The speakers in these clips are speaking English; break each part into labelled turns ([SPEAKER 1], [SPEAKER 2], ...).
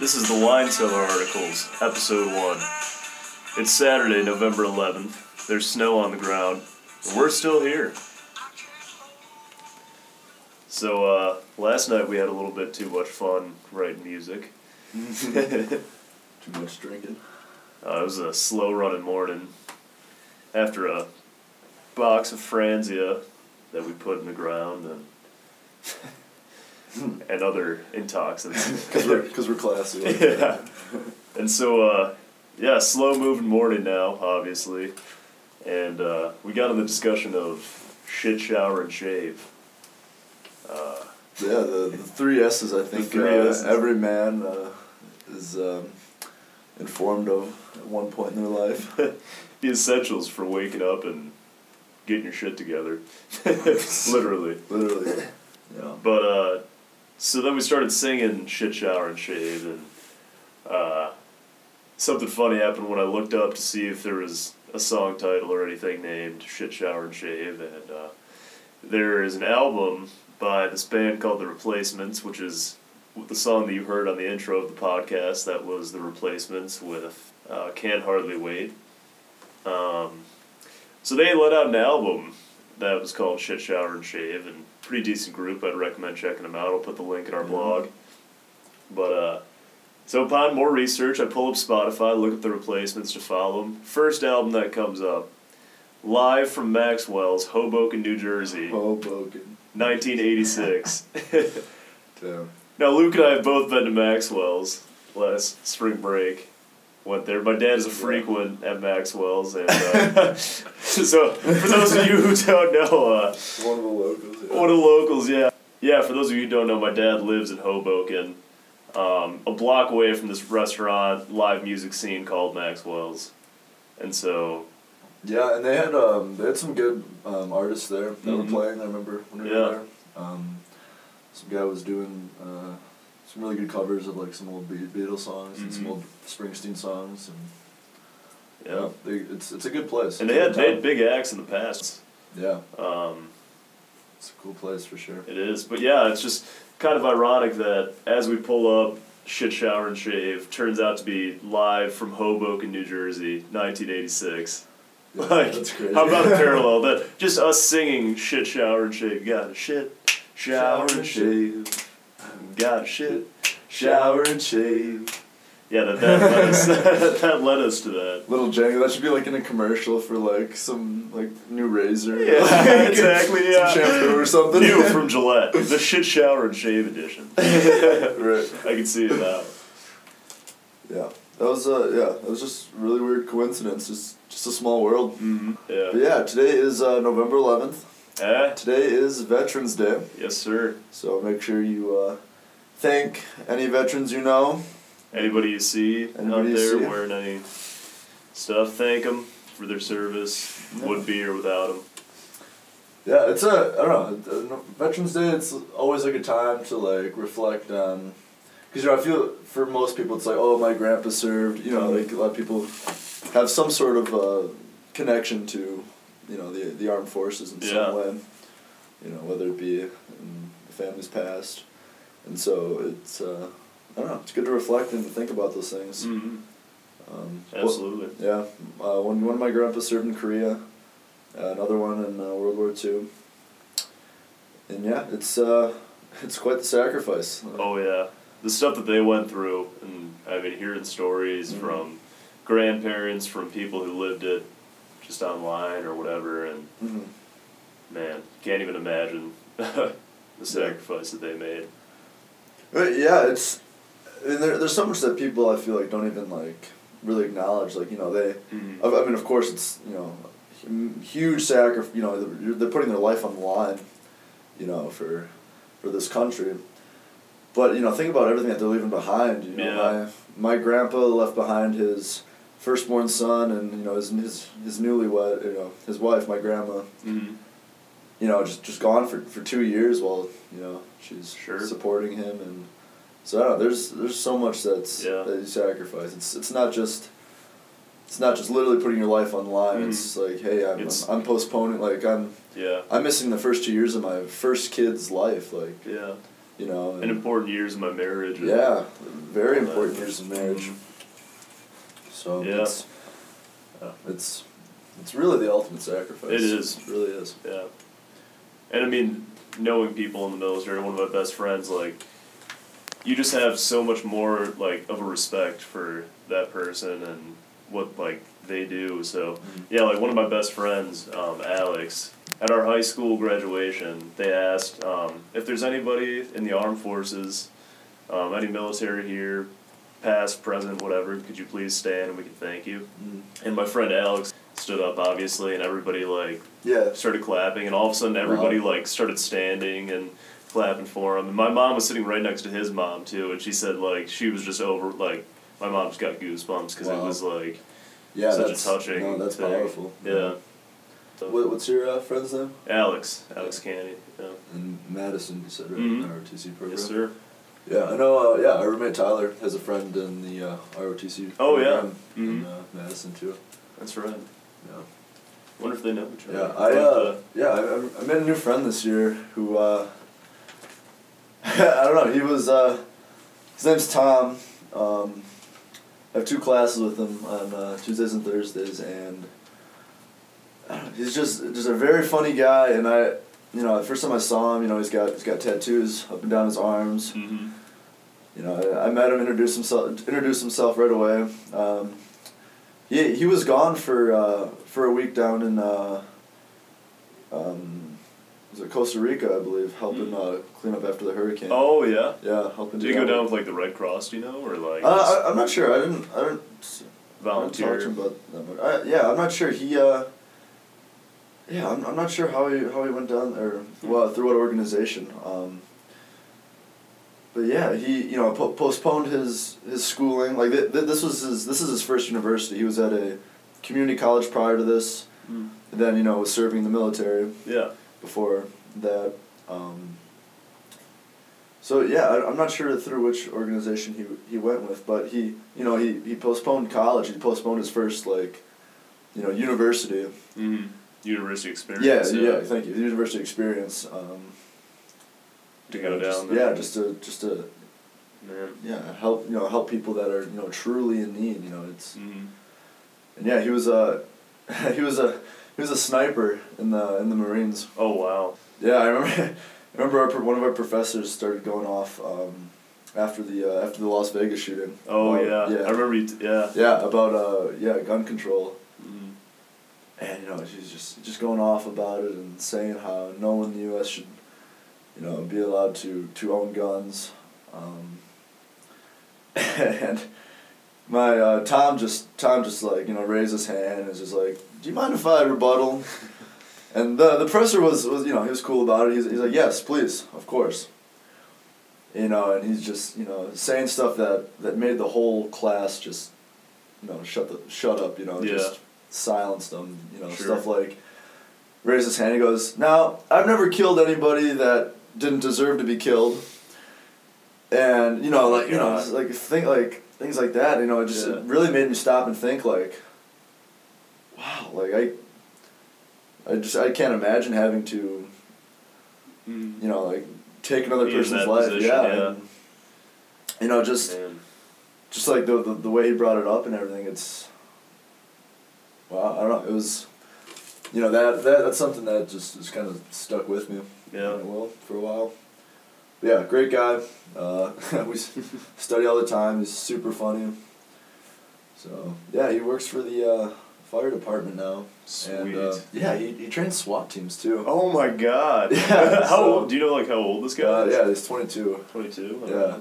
[SPEAKER 1] This is the Wine Cellar Articles, Episode 1. It's Saturday, November 11th. There's snow on the ground, and we're still here. So, uh, last night we had a little bit too much fun writing music. uh, it
[SPEAKER 2] Too much drinking.
[SPEAKER 1] Uh, was a slow running morning after a box of Franzia that we put in the ground and, and other intoxins.
[SPEAKER 2] Because we're, cause we're classy. like
[SPEAKER 1] yeah.
[SPEAKER 2] that.
[SPEAKER 1] And so, uh, yeah, slow moving morning now, obviously. And uh, we got in the discussion of shit, shower, and shave. Uh,
[SPEAKER 2] Yeah, the, the three S's I think
[SPEAKER 1] three
[SPEAKER 2] uh,
[SPEAKER 1] S's.
[SPEAKER 2] every man uh, is um, informed of at one point in their life.
[SPEAKER 1] the essentials for waking up and getting your shit together. Literally.
[SPEAKER 2] Literally. Yeah.
[SPEAKER 1] But uh, so then we started singing "Shit Shower and Shave," and uh, something funny happened when I looked up to see if there was a song title or anything named "Shit Shower and Shave," and uh, there is an album by this band called The Replacements, which is the song that you heard on the intro of the podcast. That was The Replacements with uh, "Can't Hardly Wait." Um, so they let out an album that was called Shit Shower and Shave, and pretty decent group. I'd recommend checking them out. I'll put the link in our
[SPEAKER 2] Mhm.
[SPEAKER 1] blog. But uh, so upon more research, I pull up Spotify, look up the replacements to follow them. First album that comes up, live from Maxwell's Hoboken, New Jersey,
[SPEAKER 2] Hoboken.
[SPEAKER 1] 1986.
[SPEAKER 2] Damn.
[SPEAKER 1] Now, Luke and I have both been to Maxwell's last spring break. Went there. My dad is a frequent at Maxwell's, and uh, so for those of you who don't know, uh,
[SPEAKER 2] One of the locals. Yeah.
[SPEAKER 1] one of the locals, yeah, yeah. For those of you who don't know, my dad lives in Hoboken, um, a block away from this restaurant live music scene called Maxwell's, and so
[SPEAKER 2] Yeah, and they had um, they had some good um, artists there that were
[SPEAKER 1] Mhm.
[SPEAKER 2] playing. I remember when we
[SPEAKER 1] Yeah.
[SPEAKER 2] were there. Um, some guy was doing uh, some really good covers of like some old Be- Beatles songs and some
[SPEAKER 1] Mhm.
[SPEAKER 2] old Springsteen songs, and
[SPEAKER 1] yeah.
[SPEAKER 2] they, it's it's a good place.
[SPEAKER 1] And
[SPEAKER 2] It's
[SPEAKER 1] they
[SPEAKER 2] a
[SPEAKER 1] had
[SPEAKER 2] good
[SPEAKER 1] they had
[SPEAKER 2] time.
[SPEAKER 1] big acts in the past.
[SPEAKER 2] yeah,
[SPEAKER 1] Um,
[SPEAKER 2] it's a cool place for sure.
[SPEAKER 1] It is, but yeah, it's just kind of ironic that as we pull up, shit shower and shave turns out to be live from Hoboken, New Jersey, 1986.
[SPEAKER 2] Yeah,
[SPEAKER 1] like,
[SPEAKER 2] that's crazy.
[SPEAKER 1] how about a parallel that just us singing shit shower and shave? Got a shit shower and shave. Got a shit shower and shave. Yeah, that that led us that led us to that.
[SPEAKER 2] Little Jenny, that should be like in a commercial for like some like new razor.
[SPEAKER 1] Yeah,
[SPEAKER 2] like,
[SPEAKER 1] exactly,
[SPEAKER 2] some
[SPEAKER 1] yeah.
[SPEAKER 2] shampoo or something.
[SPEAKER 1] New from Gillette, the shit shower and shave edition.
[SPEAKER 2] right.
[SPEAKER 1] I can see it now.
[SPEAKER 2] Yeah, that was uh yeah, that was just really weird coincidence. Just just a small world.
[SPEAKER 1] Mm-hmm.
[SPEAKER 2] But
[SPEAKER 1] Yeah.
[SPEAKER 2] yeah, today is uh, November eleventh.
[SPEAKER 1] Eh,
[SPEAKER 2] Today is Veterans Day,
[SPEAKER 1] yes, sir.
[SPEAKER 2] so make sure you uh, thank any veterans you know.
[SPEAKER 1] Anybody you see
[SPEAKER 2] Anybody
[SPEAKER 1] out
[SPEAKER 2] you
[SPEAKER 1] there
[SPEAKER 2] see.
[SPEAKER 1] wearing any stuff, thank them for their service,
[SPEAKER 2] Yeah.
[SPEAKER 1] would be or without them.
[SPEAKER 2] Yeah, it's a I don't know. uh, no- Veterans Day. It's always like a time to like reflect on, because you know I feel for most people it's like oh my grandpa served. You know like a lot of people have some sort of uh, connection to, you know the the armed forces in
[SPEAKER 1] Yeah.
[SPEAKER 2] some way. You know whether it be in the family's past, and so it's uh, I don't know. It's good to reflect and think about those things.
[SPEAKER 1] Mm-hmm.
[SPEAKER 2] Um, what-
[SPEAKER 1] Absolutely.
[SPEAKER 2] yeah, uh, one one of my grandpa served in Korea, uh, another one in uh, World War Two. And yeah, it's uh, it's quite the sacrifice. Uh,
[SPEAKER 1] Oh yeah, the stuff that they went through, and I've been hearing stories
[SPEAKER 2] Mhm.
[SPEAKER 1] from grandparents, from people who lived it, just online or whatever, and
[SPEAKER 2] Mhm.
[SPEAKER 1] man, can't even imagine the sacrifice that they made.
[SPEAKER 2] But yeah, it's I mean, there, there's so much that people I feel like don't even like really acknowledge. Like you know they, I I mean of course it's you know hum- huge sacrifice. You know they're, they're putting their life on the line, you know for for this country. But you know think about everything that they're leaving behind. You know
[SPEAKER 1] Yeah.
[SPEAKER 2] my my grandpa left behind his firstborn son and you know his his his newlywed you know his wife my grandma
[SPEAKER 1] Mm-hmm.
[SPEAKER 2] you know, just just gone for, for two years while you know she's
[SPEAKER 1] Sure.
[SPEAKER 2] supporting him, and so I don't know. There's there's so much that's
[SPEAKER 1] Yeah.
[SPEAKER 2] that you sacrifice. It's it's not just it's not just literally putting your life on the line.
[SPEAKER 1] Mhm.
[SPEAKER 2] It's like hey, I'm, I'm
[SPEAKER 1] It's-
[SPEAKER 2] I'm postponing. Like I'm
[SPEAKER 1] Yeah.
[SPEAKER 2] I'm missing the first two years of my first kid's life. Like
[SPEAKER 1] Yeah.
[SPEAKER 2] you know.
[SPEAKER 1] An important years of my marriage. and-
[SPEAKER 2] yeah, very
[SPEAKER 1] all that.
[SPEAKER 2] important years of marriage.
[SPEAKER 1] Mhm.
[SPEAKER 2] So
[SPEAKER 1] Yeah.
[SPEAKER 2] it's
[SPEAKER 1] Yeah.
[SPEAKER 2] it's it's really the ultimate sacrifice.
[SPEAKER 1] It is.
[SPEAKER 2] It really is.
[SPEAKER 1] Yeah. And I mean, knowing people in the military, one of my best friends, like, you just have so much more, like, of a respect for that person and what, like, they do. So, yeah, like, one of my best friends, um, Alex, at our high school graduation, they asked um, if there's anybody in the armed forces, um, any military here, past, present, whatever, could you please stand and we could thank you?
[SPEAKER 2] Mm.
[SPEAKER 1] And my friend Alex stood up, obviously, and everybody, like,
[SPEAKER 2] Yeah.
[SPEAKER 1] started clapping, and all of a sudden everybody like started standing and clapping for him. And my mom was sitting right next to his mom too, and she said like she was just over like my mom just got goosebumps because it
[SPEAKER 2] Wow.
[SPEAKER 1] was like
[SPEAKER 2] Yeah.
[SPEAKER 1] such
[SPEAKER 2] that's
[SPEAKER 1] a touching.
[SPEAKER 2] No, that's
[SPEAKER 1] thing.
[SPEAKER 2] powerful.
[SPEAKER 1] Yeah. So-
[SPEAKER 2] What, what's your uh, friend's name?
[SPEAKER 1] Alex, Alex Candy. Yeah.
[SPEAKER 2] In Madison, you said, right?
[SPEAKER 1] Mhm.
[SPEAKER 2] In the ROTC program.
[SPEAKER 1] Yes, sir.
[SPEAKER 2] Yeah, I know. Uh, yeah, our roommate Tyler has a friend in the uh, ROTC.
[SPEAKER 1] Oh, yeah.
[SPEAKER 2] program in
[SPEAKER 1] Mhm.
[SPEAKER 2] uh, Madison too.
[SPEAKER 1] That's right.
[SPEAKER 2] Yeah,
[SPEAKER 1] Wonder if they know each other.
[SPEAKER 2] yeah. I uh, yeah, I, I met a new friend this year who uh, I don't know. He was uh, his name's Tom. Um, I have two classes with him on uh, Tuesdays and Thursdays, and I don't know, he's just just a very funny guy. And I, you know, the first time I saw him, you know, he's got he's got tattoos up and down his arms.
[SPEAKER 1] hmm
[SPEAKER 2] you know, I, I met him, introduced himself, introduced himself right away. Um, he he was gone for uh, for a week down in uh, um, was it Costa Rica, I believe, helping uh, clean up after the hurricane.
[SPEAKER 1] Hmm. Oh yeah.
[SPEAKER 2] yeah, helping.
[SPEAKER 1] Did
[SPEAKER 2] do
[SPEAKER 1] you go
[SPEAKER 2] that.
[SPEAKER 1] down with like the Red Cross? Do you know, or like
[SPEAKER 2] Uh, I, I'm not sure. I didn't. I didn't.
[SPEAKER 1] volunteer?
[SPEAKER 2] I didn't talk to him about that much. I, yeah, I'm not sure. He. Uh, yeah, I'm, I'm not sure how he how he went down there. Well, through what organization? Um, but yeah, he you know po- postponed his his schooling. Like th- th- this was his this is his first university. He was at a community college prior to this.
[SPEAKER 1] Mm.
[SPEAKER 2] And then you know was serving in the military
[SPEAKER 1] Yeah.
[SPEAKER 2] before that. Um, so yeah, I, I'm not sure through which organization he he went with, but he you know he, he postponed college. He postponed his first like, you know, university.
[SPEAKER 1] hmm University
[SPEAKER 2] Yeah,
[SPEAKER 1] experience.
[SPEAKER 2] yeah. Thank you. University experience. Um,
[SPEAKER 1] To
[SPEAKER 2] you
[SPEAKER 1] go
[SPEAKER 2] know, just-
[SPEAKER 1] down
[SPEAKER 2] Yeah,
[SPEAKER 1] there.
[SPEAKER 2] just to just to
[SPEAKER 1] Man.
[SPEAKER 2] yeah help you know help people that are you know truly in need. You know it's
[SPEAKER 1] Mhm.
[SPEAKER 2] and yeah he was a he was a he was a sniper in the in the Marines.
[SPEAKER 1] Oh wow.
[SPEAKER 2] Yeah, I remember. I remember our, pro- one of our professors started going off um, after the uh, after the Las Vegas shooting.
[SPEAKER 1] Oh
[SPEAKER 2] About-
[SPEAKER 1] yeah. I
[SPEAKER 2] yeah,
[SPEAKER 1] remember. You t- yeah.
[SPEAKER 2] yeah, about uh, yeah, gun control,
[SPEAKER 1] Mm.
[SPEAKER 2] and you know she's just just going off about it and saying how no one in the U.S. should, you know, be allowed to to own guns, um, and my uh, Tom just Tom just like you know raised his hand and is just like, do you mind if I rebuttal? And the the presser was, was you know he was cool about it. He's he's like yes please of course. You know and he's just you know saying stuff that that made the whole class just, you know shut the shut up you know
[SPEAKER 1] Yeah.
[SPEAKER 2] just silenced them you know
[SPEAKER 1] Sure.
[SPEAKER 2] stuff like, raises his hand he goes now I've never killed anybody that didn't deserve to be killed. And you know like you know
[SPEAKER 1] God.
[SPEAKER 2] it's like think like things like that you know it just
[SPEAKER 1] Yeah.
[SPEAKER 2] it really made me stop and think like, wow like I I just I can't imagine having to you know like take another
[SPEAKER 1] Be in
[SPEAKER 2] person's
[SPEAKER 1] that
[SPEAKER 2] life.
[SPEAKER 1] position,
[SPEAKER 2] yeah.
[SPEAKER 1] yeah.
[SPEAKER 2] and, you know, just
[SPEAKER 1] Man.
[SPEAKER 2] just like the, the the way he brought it up and everything. It's wow. I don't know. It was. You know that, that that's something that just just kind of stuck with me.
[SPEAKER 1] Yeah.
[SPEAKER 2] Well, for a while. Yeah, great guy. Uh, we s- study all the time. He's super funny. So yeah, he works for the uh, fire department now.
[SPEAKER 1] Sweet.
[SPEAKER 2] And, uh, yeah, he, he trains SWAT teams too.
[SPEAKER 1] oh my god.
[SPEAKER 2] Yeah,
[SPEAKER 1] how
[SPEAKER 2] so-
[SPEAKER 1] old? Do you know like how old this guy
[SPEAKER 2] Uh,
[SPEAKER 1] is?
[SPEAKER 2] yeah, he's twenty two.
[SPEAKER 1] Twenty two.
[SPEAKER 2] Yeah.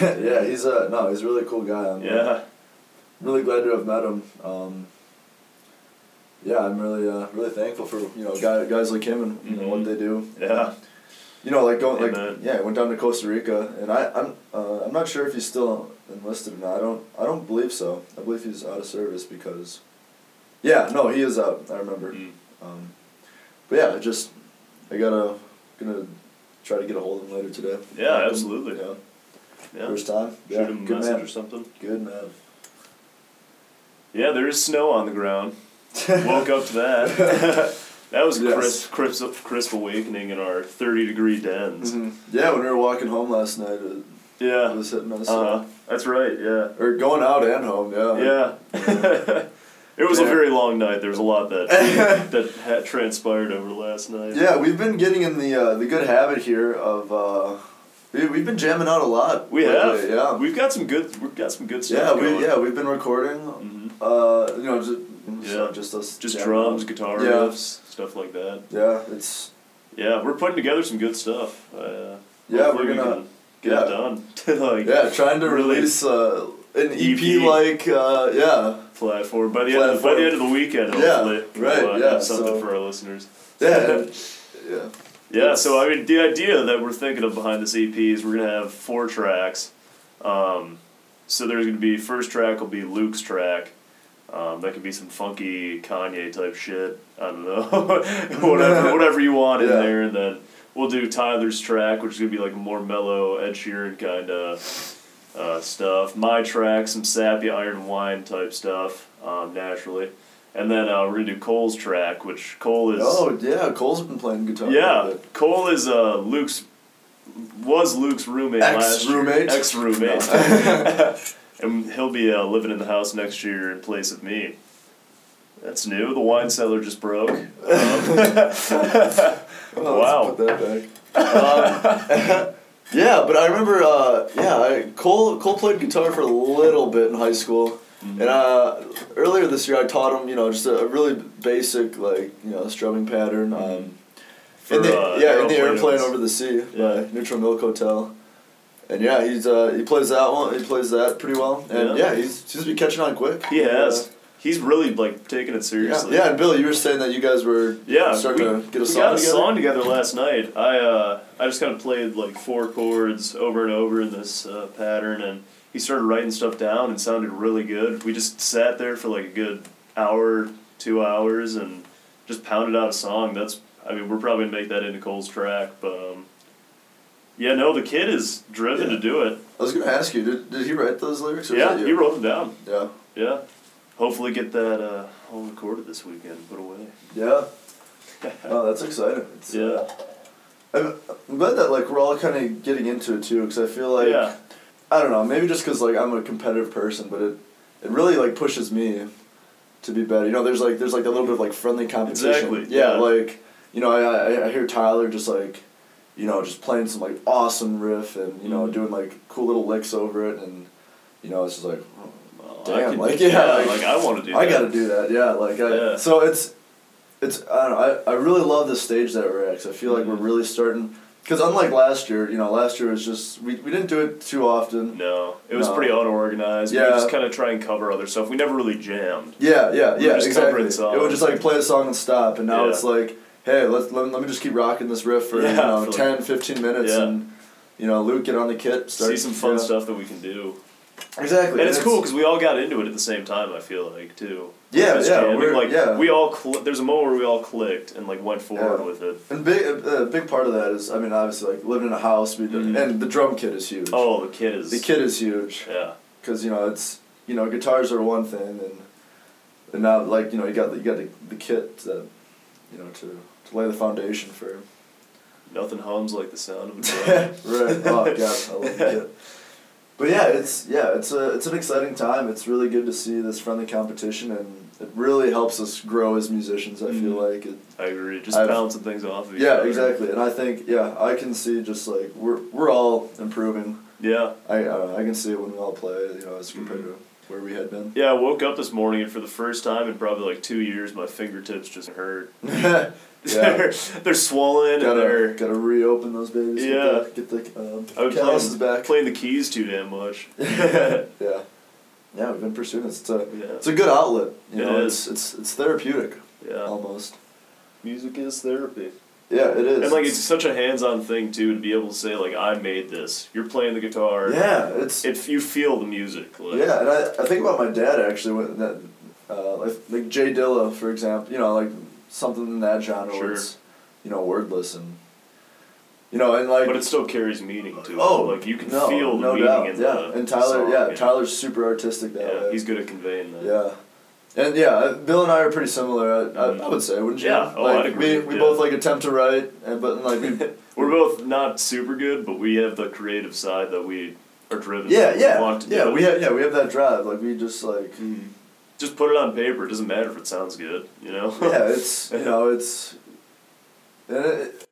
[SPEAKER 2] yeah, he's a no, he's a really cool guy. I'm
[SPEAKER 1] Yeah.
[SPEAKER 2] really glad to have met him. Um, yeah, I'm really uh, really thankful for you know guy, guys like him and you know what
[SPEAKER 1] Mhm.
[SPEAKER 2] they do.
[SPEAKER 1] Yeah.
[SPEAKER 2] You know, like going like
[SPEAKER 1] Amen.
[SPEAKER 2] yeah, I went down to Costa Rica and I I'm uh, I'm not sure if he's still enlisted or not. I don't I don't believe so. I believe he's out of service because. Yeah, no, he is out. I remember.
[SPEAKER 1] Mm.
[SPEAKER 2] Um, but yeah, I just I gotta gonna try to get a hold of him later today.
[SPEAKER 1] Yeah, absolutely.
[SPEAKER 2] Yeah.
[SPEAKER 1] Yeah.
[SPEAKER 2] First time.
[SPEAKER 1] Shoot
[SPEAKER 2] yeah.
[SPEAKER 1] him a
[SPEAKER 2] Good
[SPEAKER 1] message or
[SPEAKER 2] man.
[SPEAKER 1] something.
[SPEAKER 2] Good man.
[SPEAKER 1] Yeah, there is snow on the ground. Woke up to that. That was
[SPEAKER 2] Yes.
[SPEAKER 1] crisp, crisp, crisp awakening in our thirty degree dens.
[SPEAKER 2] Mhm. Yeah, when we were walking home last night, uh, it I
[SPEAKER 1] Yeah,
[SPEAKER 2] was hitting Minnesota.
[SPEAKER 1] uh, that's right. Yeah,
[SPEAKER 2] Or going out and home, yeah.
[SPEAKER 1] yeah. it was a
[SPEAKER 2] Yeah.
[SPEAKER 1] very long night. There was a lot that that had transpired over last night.
[SPEAKER 2] Yeah, we've been getting in the uh, the good habit here of uh, we we've been jamming out a lot.
[SPEAKER 1] we
[SPEAKER 2] lately,
[SPEAKER 1] have.
[SPEAKER 2] Yeah.
[SPEAKER 1] we've got some good. We've got some good
[SPEAKER 2] yeah,
[SPEAKER 1] stuff.
[SPEAKER 2] we
[SPEAKER 1] going.
[SPEAKER 2] yeah, we've been recording.
[SPEAKER 1] Mhm.
[SPEAKER 2] Uh, you know, just
[SPEAKER 1] Yeah.
[SPEAKER 2] just us
[SPEAKER 1] Just
[SPEAKER 2] jamming
[SPEAKER 1] drums,
[SPEAKER 2] out.
[SPEAKER 1] guitar
[SPEAKER 2] Yeah.
[SPEAKER 1] riffs, stuff like that.
[SPEAKER 2] Yeah, it's
[SPEAKER 1] Yeah, we're putting together some good stuff. Uh,
[SPEAKER 2] Yeah,
[SPEAKER 1] hopefully
[SPEAKER 2] we're
[SPEAKER 1] we
[SPEAKER 2] gonna-
[SPEAKER 1] can get it done. like
[SPEAKER 2] yeah, trying to
[SPEAKER 1] Really? E
[SPEAKER 2] release uh, an
[SPEAKER 1] EP.
[SPEAKER 2] EP like uh, yeah.
[SPEAKER 1] platform by the end of, by
[SPEAKER 2] Platform.
[SPEAKER 1] the end of the weekend.
[SPEAKER 2] Yeah,
[SPEAKER 1] Hopefully,
[SPEAKER 2] right,
[SPEAKER 1] We'll, uh,
[SPEAKER 2] yeah,
[SPEAKER 1] have something
[SPEAKER 2] so-
[SPEAKER 1] for our listeners.
[SPEAKER 2] Yeah. and- yeah.
[SPEAKER 1] Yeah, so I mean, the idea that we're thinking of behind this EP is we're gonna have four tracks. Um, so there's gonna be first track will be Luke's track. Um, that could be some funky Kanye type shit. I don't know, whatever, whatever you want in
[SPEAKER 2] Yeah.
[SPEAKER 1] there, and then we'll do Tyler's track, which is gonna be like more mellow Ed Sheeran kind of uh, stuff. My track, some sappy Iron Wine type stuff, um, naturally, and then uh, we're gonna do Cole's track, which Cole is
[SPEAKER 2] Oh yeah, Cole's been playing guitar.
[SPEAKER 1] yeah, Cole is uh, Luke's was Luke's roommate last year.
[SPEAKER 2] Ex-roommate?
[SPEAKER 1] Ex roommate. and he'll be uh, living in the house next year in place of me. That's new. The wine cellar just broke. Um,
[SPEAKER 2] Oh,
[SPEAKER 1] wow.
[SPEAKER 2] Let's put that back. Um, yeah, but I remember. Uh, yeah, I, Cole Cole played guitar for a little bit in high school,
[SPEAKER 1] Mm-hmm.
[SPEAKER 2] and uh, earlier this year I taught him. You know, just a, a really basic like you know strumming pattern. Um,
[SPEAKER 1] For,
[SPEAKER 2] in the,
[SPEAKER 1] uh,
[SPEAKER 2] yeah, in the airplane
[SPEAKER 1] Aeroplanes.
[SPEAKER 2] over the sea
[SPEAKER 1] Yeah.
[SPEAKER 2] by Neutral Milk Hotel. And yeah, he's uh, he plays that one. He plays that pretty well. And
[SPEAKER 1] Yeah.
[SPEAKER 2] yeah, he's he's been catching on quick.
[SPEAKER 1] He
[SPEAKER 2] Uh,
[SPEAKER 1] has. He's really like taking it
[SPEAKER 2] yeah,
[SPEAKER 1] seriously.
[SPEAKER 2] yeah, and Bill, you were saying that you guys were
[SPEAKER 1] Yeah,
[SPEAKER 2] starting
[SPEAKER 1] we-
[SPEAKER 2] to get a
[SPEAKER 1] we
[SPEAKER 2] song
[SPEAKER 1] got a
[SPEAKER 2] together.
[SPEAKER 1] song together last night. I uh, I just kind of played like four chords over and over in this uh, pattern, and he started writing stuff down and sounded really good. We just sat there for like a good hour, two hours, and just pounded out a song. That's I mean we're probably gonna make that into Cole's track, but um, yeah, no, the kid is driven
[SPEAKER 2] Yeah.
[SPEAKER 1] to do it.
[SPEAKER 2] I was gonna ask you, did, did he write those lyrics? Or was
[SPEAKER 1] yeah,
[SPEAKER 2] that you?
[SPEAKER 1] he wrote them down.
[SPEAKER 2] Yeah,
[SPEAKER 1] Yeah, hopefully get that uh, all recorded this weekend, and put away.
[SPEAKER 2] yeah. Oh, that's exciting. It's, uh,
[SPEAKER 1] Yeah,
[SPEAKER 2] I'm, I'm glad that like we're all kind of getting into it too, because I feel like
[SPEAKER 1] yeah,
[SPEAKER 2] I don't know, maybe just because like I'm a competitive person, but it it really like pushes me to be better. You know, there's like there's like a little bit of like friendly competition.
[SPEAKER 1] Exactly,
[SPEAKER 2] Yeah,
[SPEAKER 1] yeah.
[SPEAKER 2] like you know, I, I I hear Tyler just like you know just playing some like awesome riff and you know
[SPEAKER 1] Mhm.
[SPEAKER 2] doing like cool little licks over it and you know it's just like oh,
[SPEAKER 1] Well,
[SPEAKER 2] Damn, like, yeah, like,
[SPEAKER 1] like I want to do.
[SPEAKER 2] I
[SPEAKER 1] that.
[SPEAKER 2] gotta do that. Yeah, like I,
[SPEAKER 1] Yeah.
[SPEAKER 2] so it's it's I don't know. I, I really love the stage that we're at. 'cause I feel like
[SPEAKER 1] Mhm.
[SPEAKER 2] we're really starting because unlike last year, you know, last year was just we, we didn't do it too often.
[SPEAKER 1] No, it was
[SPEAKER 2] No.
[SPEAKER 1] pretty unorganized. We
[SPEAKER 2] Yeah.
[SPEAKER 1] just kind of try and cover other stuff. We never really jammed.
[SPEAKER 2] Yeah, yeah,
[SPEAKER 1] We
[SPEAKER 2] yeah,
[SPEAKER 1] were just
[SPEAKER 2] exactly.
[SPEAKER 1] covering
[SPEAKER 2] It would
[SPEAKER 1] songs.
[SPEAKER 2] just like play a song and stop, and now
[SPEAKER 1] Yeah.
[SPEAKER 2] it's like, hey, let's let, let me just keep rocking this riff for you
[SPEAKER 1] Yeah,
[SPEAKER 2] know
[SPEAKER 1] for like-
[SPEAKER 2] 10, 15 minutes,
[SPEAKER 1] Yeah.
[SPEAKER 2] and you know, Luke get on the kit, start
[SPEAKER 1] See some fun
[SPEAKER 2] yeah.
[SPEAKER 1] stuff that we can do,
[SPEAKER 2] Exactly,
[SPEAKER 1] and it's cool because we all got into it at the same time. I feel like too.
[SPEAKER 2] Yeah,
[SPEAKER 1] Just
[SPEAKER 2] yeah,
[SPEAKER 1] jamming,
[SPEAKER 2] we're-
[SPEAKER 1] like
[SPEAKER 2] yeah.
[SPEAKER 1] we all. Cl- there's a moment where we all clicked and like went forward
[SPEAKER 2] Yeah.
[SPEAKER 1] with it.
[SPEAKER 2] And big, a a big part of that is, I mean, obviously, like living in a house, we
[SPEAKER 1] Mhm.
[SPEAKER 2] and the drum kit is huge.
[SPEAKER 1] Oh, the kid is.
[SPEAKER 2] The kit is huge.
[SPEAKER 1] Yeah.
[SPEAKER 2] because you know it's you know guitars are one thing and and now like you know you got the, you got the, the kit to you know to, to lay the foundation for
[SPEAKER 1] Nothing hums like the sound of a
[SPEAKER 2] right
[SPEAKER 1] drum.
[SPEAKER 2] oh god I love the kit but yeah it's yeah it's a it's an exciting time it's really good to see this friendly competition and it really helps us grow as musicians I feel
[SPEAKER 1] Mhm.
[SPEAKER 2] like it,
[SPEAKER 1] I agree. Just
[SPEAKER 2] I've-
[SPEAKER 1] bouncing things off of each
[SPEAKER 2] yeah
[SPEAKER 1] other.
[SPEAKER 2] exactly and I think yeah I can see just like we're we're all improving
[SPEAKER 1] Yeah.
[SPEAKER 2] I I, don't know, I can see it when we all play you know as compared to where we had been
[SPEAKER 1] Yeah, I woke up this morning and for the first time in probably like two years, my fingertips just hurt.
[SPEAKER 2] yeah.
[SPEAKER 1] they're, they're swollen and
[SPEAKER 2] Gotta,
[SPEAKER 1] they're.
[SPEAKER 2] gotta reopen those babies.
[SPEAKER 1] Yeah.
[SPEAKER 2] Get the, get the um,
[SPEAKER 1] I was
[SPEAKER 2] calluses
[SPEAKER 1] playing,
[SPEAKER 2] back.
[SPEAKER 1] playing the keys too damn much.
[SPEAKER 2] Yeah. Yeah, we've been pursuing this. It's a,
[SPEAKER 1] Yeah.
[SPEAKER 2] it's a good outlet. You
[SPEAKER 1] It
[SPEAKER 2] know,
[SPEAKER 1] is.
[SPEAKER 2] It's, it's, it's therapeutic,
[SPEAKER 1] Yeah.
[SPEAKER 2] almost.
[SPEAKER 1] Music is therapy.
[SPEAKER 2] Yeah, it is.
[SPEAKER 1] And like it's such a hands-on thing too to be able to say like I made this. You're playing the guitar.
[SPEAKER 2] yeah, it's,
[SPEAKER 1] If you feel the music. Like,
[SPEAKER 2] yeah, and I, I think about my dad actually when that, uh, like, like Jay Dilla, for example, you know, like something in that genre
[SPEAKER 1] Sure.
[SPEAKER 2] where it's, you know, wordless and, you know, and like,
[SPEAKER 1] But it still carries meaning to it.
[SPEAKER 2] oh,
[SPEAKER 1] like you can
[SPEAKER 2] no,
[SPEAKER 1] feel the
[SPEAKER 2] no
[SPEAKER 1] meaning
[SPEAKER 2] doubt,
[SPEAKER 1] in
[SPEAKER 2] yeah.
[SPEAKER 1] the
[SPEAKER 2] and Tyler,
[SPEAKER 1] song,
[SPEAKER 2] yeah,
[SPEAKER 1] you know?
[SPEAKER 2] Tyler's super artistic that
[SPEAKER 1] Yeah,
[SPEAKER 2] way.
[SPEAKER 1] he's good at conveying that.
[SPEAKER 2] Yeah. And yeah, Bill and I are pretty similar. I, I, I would say, wouldn't you?
[SPEAKER 1] Yeah, oh,
[SPEAKER 2] like,
[SPEAKER 1] I'd agree,
[SPEAKER 2] We, we
[SPEAKER 1] yeah.
[SPEAKER 2] both like attempt to write, and but like we,
[SPEAKER 1] We're both not super good, but we have the creative side that we are driven.
[SPEAKER 2] yeah,
[SPEAKER 1] to
[SPEAKER 2] yeah,
[SPEAKER 1] want to
[SPEAKER 2] yeah.
[SPEAKER 1] do.
[SPEAKER 2] We have yeah we have that drive. Like we just like
[SPEAKER 1] Mhm. Just put it on paper. It doesn't matter if it sounds good, you know.
[SPEAKER 2] yeah, it's you know it's, and it,